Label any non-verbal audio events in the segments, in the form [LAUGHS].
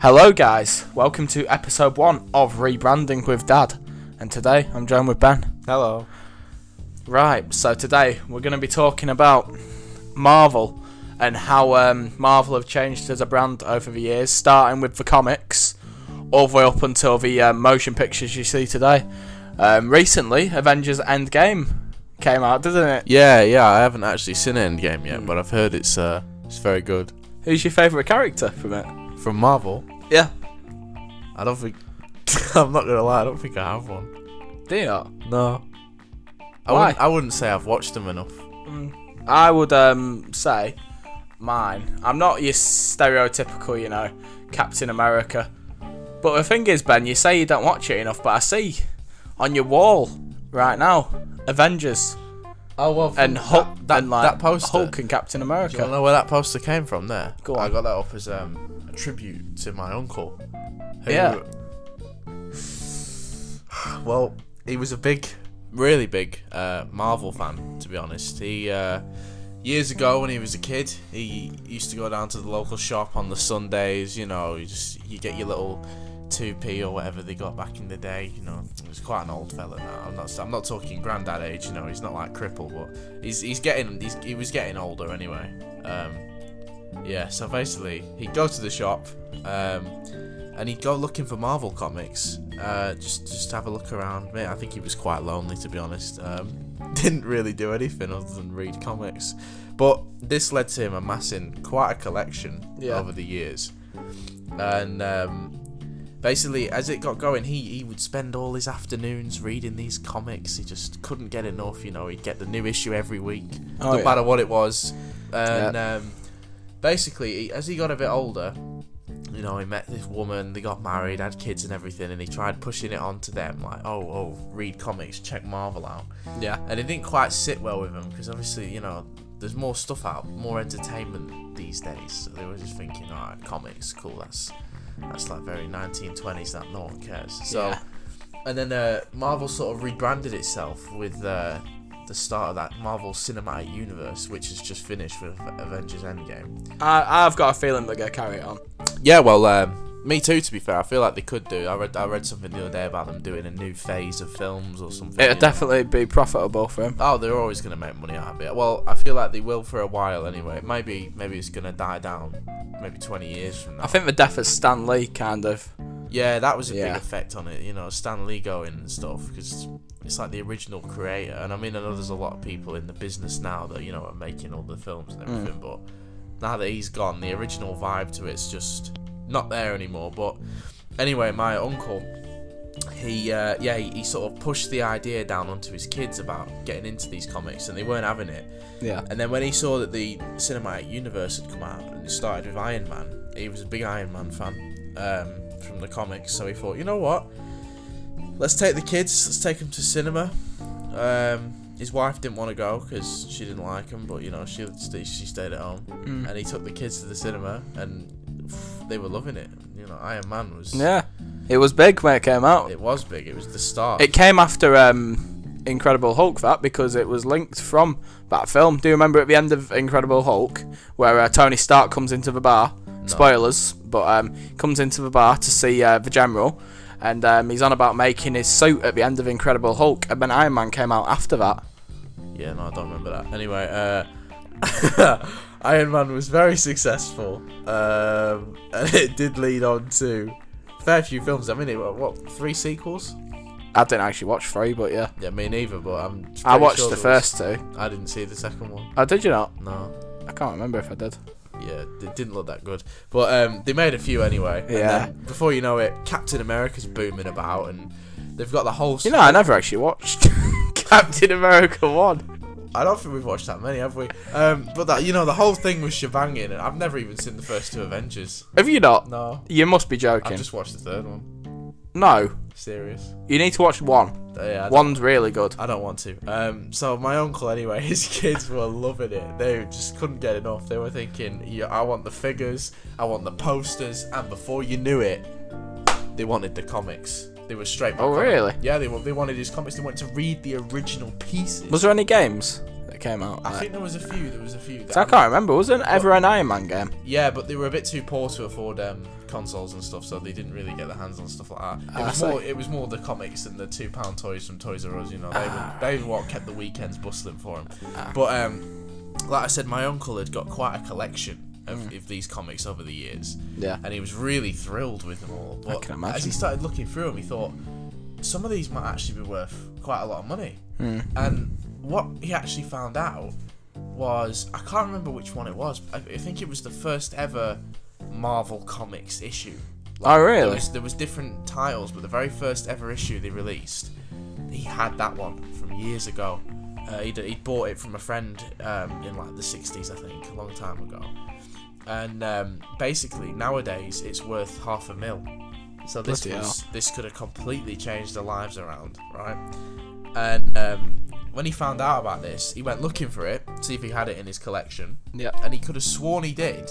Hello, guys. Welcome to episode one of Rebranding with Dad. And today I'm joined with Ben. Hello. Right, so today we're going to be talking about Marvel and how um, Marvel have changed as a brand over the years, starting with the comics all the way up until the uh, motion pictures you see today. Um, recently, Avengers Endgame came out, didn't it? Yeah, yeah. I haven't actually seen Endgame yet, but I've heard it's uh, it's very good. Who's your favourite character from it? From Marvel, Yeah. I don't think. [LAUGHS] I'm not gonna lie. I don't think I have one. Theo. No. I Why? wouldn't, I wouldn't say I've watched them enough. I would um, say mine. I'm not your stereotypical, you know, Captain America. But the thing is, Ben, you say you don't watch it enough, but I see on your wall right now Avengers Oh well. and Hulk That, and like that poster. Hulk and Captain Do you America. wanna know where that poster came from? There. Go I on. got that up as um, a tribute to my uncle. who- Yeah. [SIGHS] Well, he was a big, really big uh, Marvel fan. To be honest, he uh, years ago when he was a kid, he used to go down to the local shop on the Sundays. You know, you just you get your little. 2p or whatever they got back in the day, you know. He was quite an old fella now. I'm not. I'm not talking granddad age, you know. He's not like crippled, but he's he's getting. He's, he was getting older anyway. Um, yeah, so basically, he'd go to the shop, um, and he'd go looking for Marvel comics. Uh, just, just have a look around. Mate, I think he was quite lonely, to be honest. Um, [LAUGHS] didn't really do anything other than read comics. But this led to him amassing quite a collection Yeah. over the years. And um, basically, as it got going, he, he would spend all his afternoons reading these comics. He just couldn't get enough. You know, he'd get the new issue every week, Oh, no yeah. matter what it was. And um, basically, he- as he got a bit older, you know, he met this woman, they got married, had kids and everything, and he tried pushing it onto them, like, oh, oh, read comics, check Marvel out. Yeah. And it didn't quite sit well with them, because obviously, you know, there's more stuff out, more entertainment these days. So they were just thinking, alright, comics, cool, that's that's like very 1920s, that no one cares. So, Yeah. and then uh, Marvel sort of rebranded itself with uh, the start of that Marvel Cinematic Universe, which has just finished with Avengers Endgame. I, I've got a feeling they're going to carry it on. Yeah, well, um, me too. To be fair, I feel like they could do. I read, I read something the other day about them doing a new phase of films or something. It'll definitely be profitable for him. Oh, they're always gonna make money out of it. Well, I feel like they will for a while anyway. Maybe, maybe it's gonna die down. Maybe twenty years from I now. think the death of Stan Lee kind of. Yeah, that was a Yeah. big effect on it. You know, Stan Lee going and stuff because it's like the original creator. And I mean, I know there's a lot of people in the business now that you know are making all the films and everything, but now that he's gone, the original vibe to it's just not there anymore. But anyway, my uncle, he uh, yeah, he, he sort of pushed the idea down onto his kids about getting into these comics, and they weren't having it. Yeah. And then when he saw that the cinematic universe had come out and it started with Iron Man, he was a big Iron Man fan um, from the comics. So he thought, you know what? Let's take the kids. Let's take them to cinema. Um, his wife didn't want to go because she didn't like him, but you know she she stayed at home. Mm. And he took the kids to the cinema, and they were loving it. You know, Iron Man was Yeah. It was big when it came out. it was big. It was the start. It came after um, Incredible Hulk that because it was linked from that film. Do you remember at the end of Incredible Hulk where uh, Tony Stark comes into the bar? Spoilers, but um, comes into the bar to see uh, the general, and um, he's on about making his suit at the end of Incredible Hulk, and then Iron Man came out after that. Yeah, no, I don't remember that. Anyway, uh, [LAUGHS] Iron Man was very successful, um, [LAUGHS] and it did lead on to a fair few films. I mean, it, what three sequels? I didn't actually watch three, but yeah, Yeah, me neither. But I'm. pretty I watched sure the there was- first two. I didn't see the second one. Oh, did you not? No. I can't remember if I did. Yeah, it didn't look that good. But um, they made a few anyway. and Yeah. then before you know it, Captain America's booming about, and they've got the whole. You know, I never actually watched [LAUGHS] Captain America one. I don't think we've watched that many, have we? Um, but that you know, the whole thing was shebanging, and I've never even seen the first two Avengers. Have you not? No. You must be I've joking. just watched the third one. No, Serious. you need to watch one. Yeah, I, don't, One's really good. I don't want to. Um, so my uncle, anyway, [LAUGHS] his kids were loving it. They just couldn't get enough. They were thinking, yeah, I want the figures, I want the posters, and before you knew it, they wanted the comics. They were straight. back Oh, on it. really? Yeah, they wa- they wanted his comics. They wanted to read the original pieces. Was there any games that came out? I like- think there was a few. There was a few. That I can't remember. Was there ever an Iron Man game? Yeah, but they were a bit too poor to afford um, consoles and stuff, so they didn't really get their hands on stuff like that. It Ah, I was see. more, it was more the comics and the two pound toys from Toys R Us. You know, they Ah. were, they were what kept the weekends bustling for them. But um, like I said, my uncle had got quite a collection of, of these comics over the years, Hmm. Yeah. and he was really thrilled with them all. But can imagine. as he started looking through them, he thought some of these might actually be worth quite a lot of money. Hmm. And what he actually found out was I can't remember which one it was. I, I think it was the first ever Marvel Comics issue. Oh There really? was, there was different titles, but the very first ever issue they released, he had that one from years ago. Uh, he'd, he'd bought it from a friend um, in like the 60s, I think, a long time ago. And um, basically, nowadays it's worth half a mil. So this Bloody was, this could have completely changed their lives around, right? And um, when he found out about this, he went looking for it, see if he had it in his collection, Yeah. and he could have sworn he did,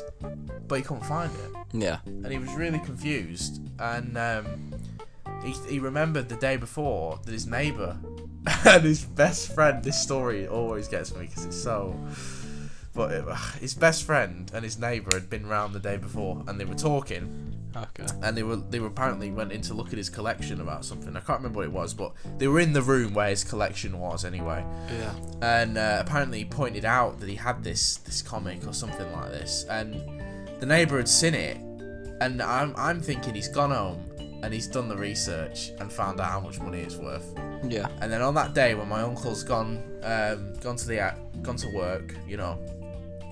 but he couldn't find it Yeah. and he was really confused. And um, he, he remembered the day before that his neighbour [LAUGHS] and his best friend. This story always gets me because it's so. But it, his best friend and his neighbour had been round the day before, and they were talking Okay. and they were they were apparently went in to look at his collection about something. I can't remember what it was, but they were in the room where his collection was anyway. Yeah. And uh, apparently he pointed out that he had this this comic or something like this, and the neighbour had seen it, and I'm I'm thinking he's gone home and he's done the research and found out how much money it's worth. Yeah. And then on that day when my uncle's gone, um, gone to the gone to work, you know,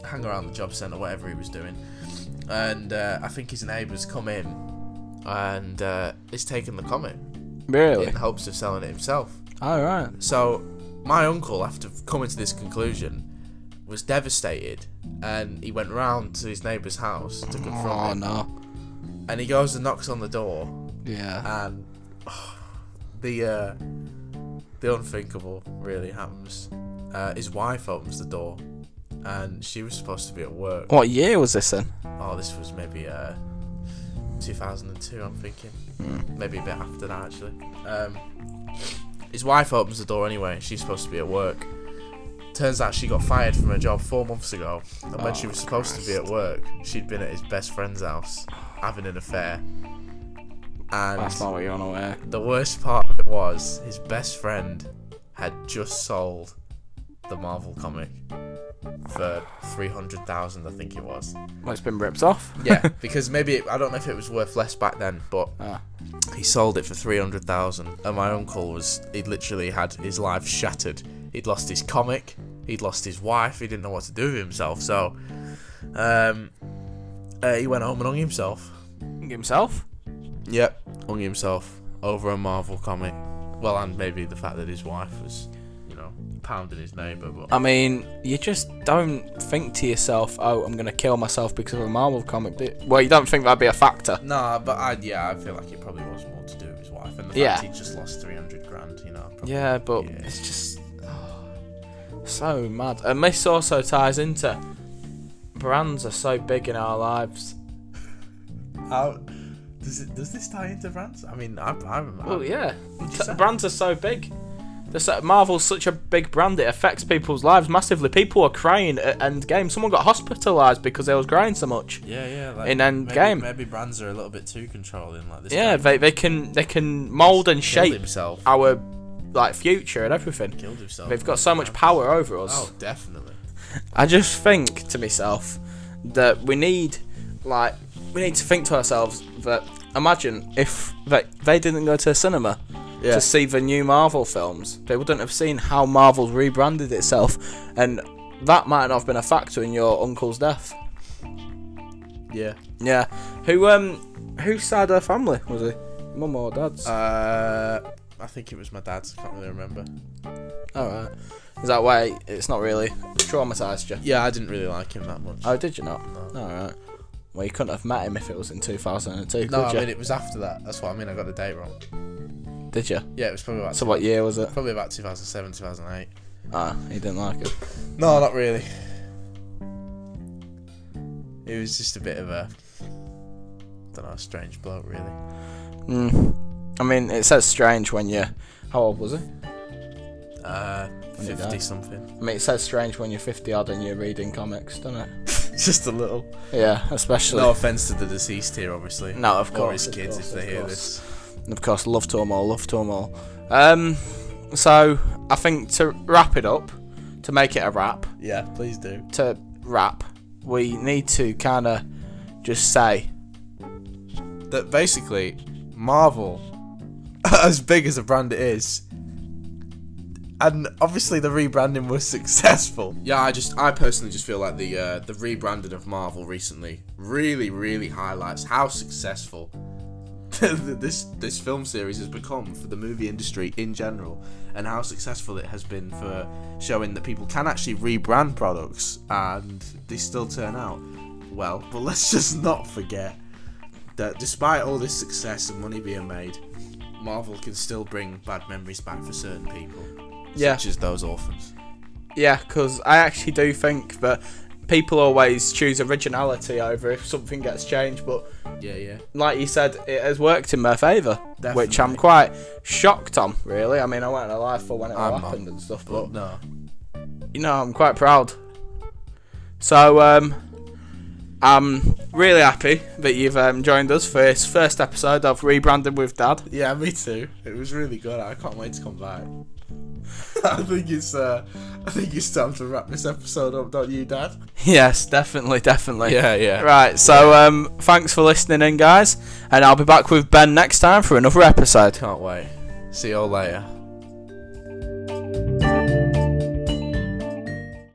hang around the job centre, whatever he was doing, and uh, I think his neighbour's come in and uh, is taking the comic Really? in hopes of selling it himself. All right. So my uncle, after coming to this conclusion, was devastated, and he went round to his neighbour's house to Oh confront him, no. and he goes and knocks on the door, Yeah. and [SIGHS] the uh, the unthinkable really happens. Uh, his wife opens the door, and she was supposed to be at work. What year was this in? Oh, this was maybe uh, 2002. I'm thinking, Hmm. maybe a bit after that actually. Um, his wife opens the door anyway. She's supposed to be at work. Turns out she got fired from her job four months ago, and Oh, when she was supposed to be at work, she'd been at his best friend's house having an affair. And That's not what you're on away. the worst part of it was his best friend had just sold the Marvel comic for three hundred thousand, I think it was. Well, it's been ripped off. [LAUGHS] Yeah, because maybe it, I don't know if it was worth less back then, but Ah. he sold it for three hundred thousand, and my uncle was—he literally had his life shattered. He'd lost his comic, he'd lost his wife, he didn't know what to do with himself. So, um, uh, he went home and hung himself. Himself. Yep, hung himself over a Marvel comic. Well, and maybe the fact that his wife was, you know, pounding his neighbour. But I mean, you just don't think to yourself, "Oh, I'm gonna kill myself because of a Marvel comic." do you? Well, you don't think that'd be a factor. nah, but I, yeah, I feel like it probably was more to do with his wife, and the fact Yeah. he just lost three hundred grand. You know, probably Yeah, but Yeah. it's just oh, so mad. And this also ties into brands are so big in our lives. How does it? Does this tie into brands? I mean, I, I, I Well, yeah, Oh, What'd you T- say? brands are so big. The so, Marvel's such a big brand; it affects people's lives massively. People are crying at Endgame. Someone got hospitalised because they was crying so much. yeah, yeah. Like In maybe, Endgame. maybe brands are a little bit too controlling. Like this. Yeah, guy they, they can they can mould and killed shape himself. our like future and everything. Killed himself. They've got so much power over us. Oh, definitely. I just think to myself that we need, like, we need to think to ourselves that imagine if they, they didn't go to a cinema Yeah. to see the new Marvel films, they wouldn't have seen how Marvel's rebranded itself, and that might not have been a factor in your uncle's death. Yeah. Yeah, who um, who sad her family was he? Mum or dad's? Uh, I think it was my dad's. I can't really remember. Uh, All right. Is that why it's not really traumatized you? Yeah, I didn't really like him that much. Oh, did you not? No. All right. Well, you couldn't have met him if it was in 2002, could no, I you? mean it was after that. That's what I mean. I got the date wrong. Did you? Yeah, it was probably about So what year was it? probably about 2007, 2008. Ah, he didn't like it. No, not really. It was just a bit of a, don't know, a strange bloke, really. Mm. I mean, it says strange when you. How old was he? Uh, did 50 I? something. I mean, it says strange when you're 50 odd and you're reading comics, doesn't it? [LAUGHS] Just a little. Yeah, especially. No offense to the deceased here, obviously. No, of Or course, his of kids, course, if they of hear course. this. And of course, love to 'em all, love to 'em all. Um, so I think to wrap it up, to make it a wrap, Yeah, please do. to wrap, we need to kind of just say, That basically, Marvel, [LAUGHS] as big as a brand it is, and obviously the rebranding was [LAUGHS] successful. Yeah, I just, I personally just feel like the uh, the rebranding of Marvel recently really, really highlights how successful [LAUGHS] this this film series has become for the movie industry in general, and how successful it has been for showing that people can actually rebrand products and they still turn out well. But let's just not forget that despite all this success and money being made, Marvel can still bring bad memories back for certain people, yeah, such as those orphans. yeah, because I actually do think that people always choose originality over if something gets changed, but Yeah, yeah. like you said, it has worked in my favour, which I'm quite shocked on. Really, I mean, I weren't alive for when it all I'm not, happened and stuff, but no. you know, I'm quite proud. So, um, I'm really happy that you've um, joined us for this first episode of Rebranding with Dad. Yeah, me too. It was really good. I can't wait to come back. [LAUGHS] I think it's uh, I think it's time to wrap this episode up, don't you, Dad? Yes, definitely, definitely. yeah. Right, so um, thanks for listening in, guys, and I'll be back with Ben next time for another episode. Can't wait. See you all later.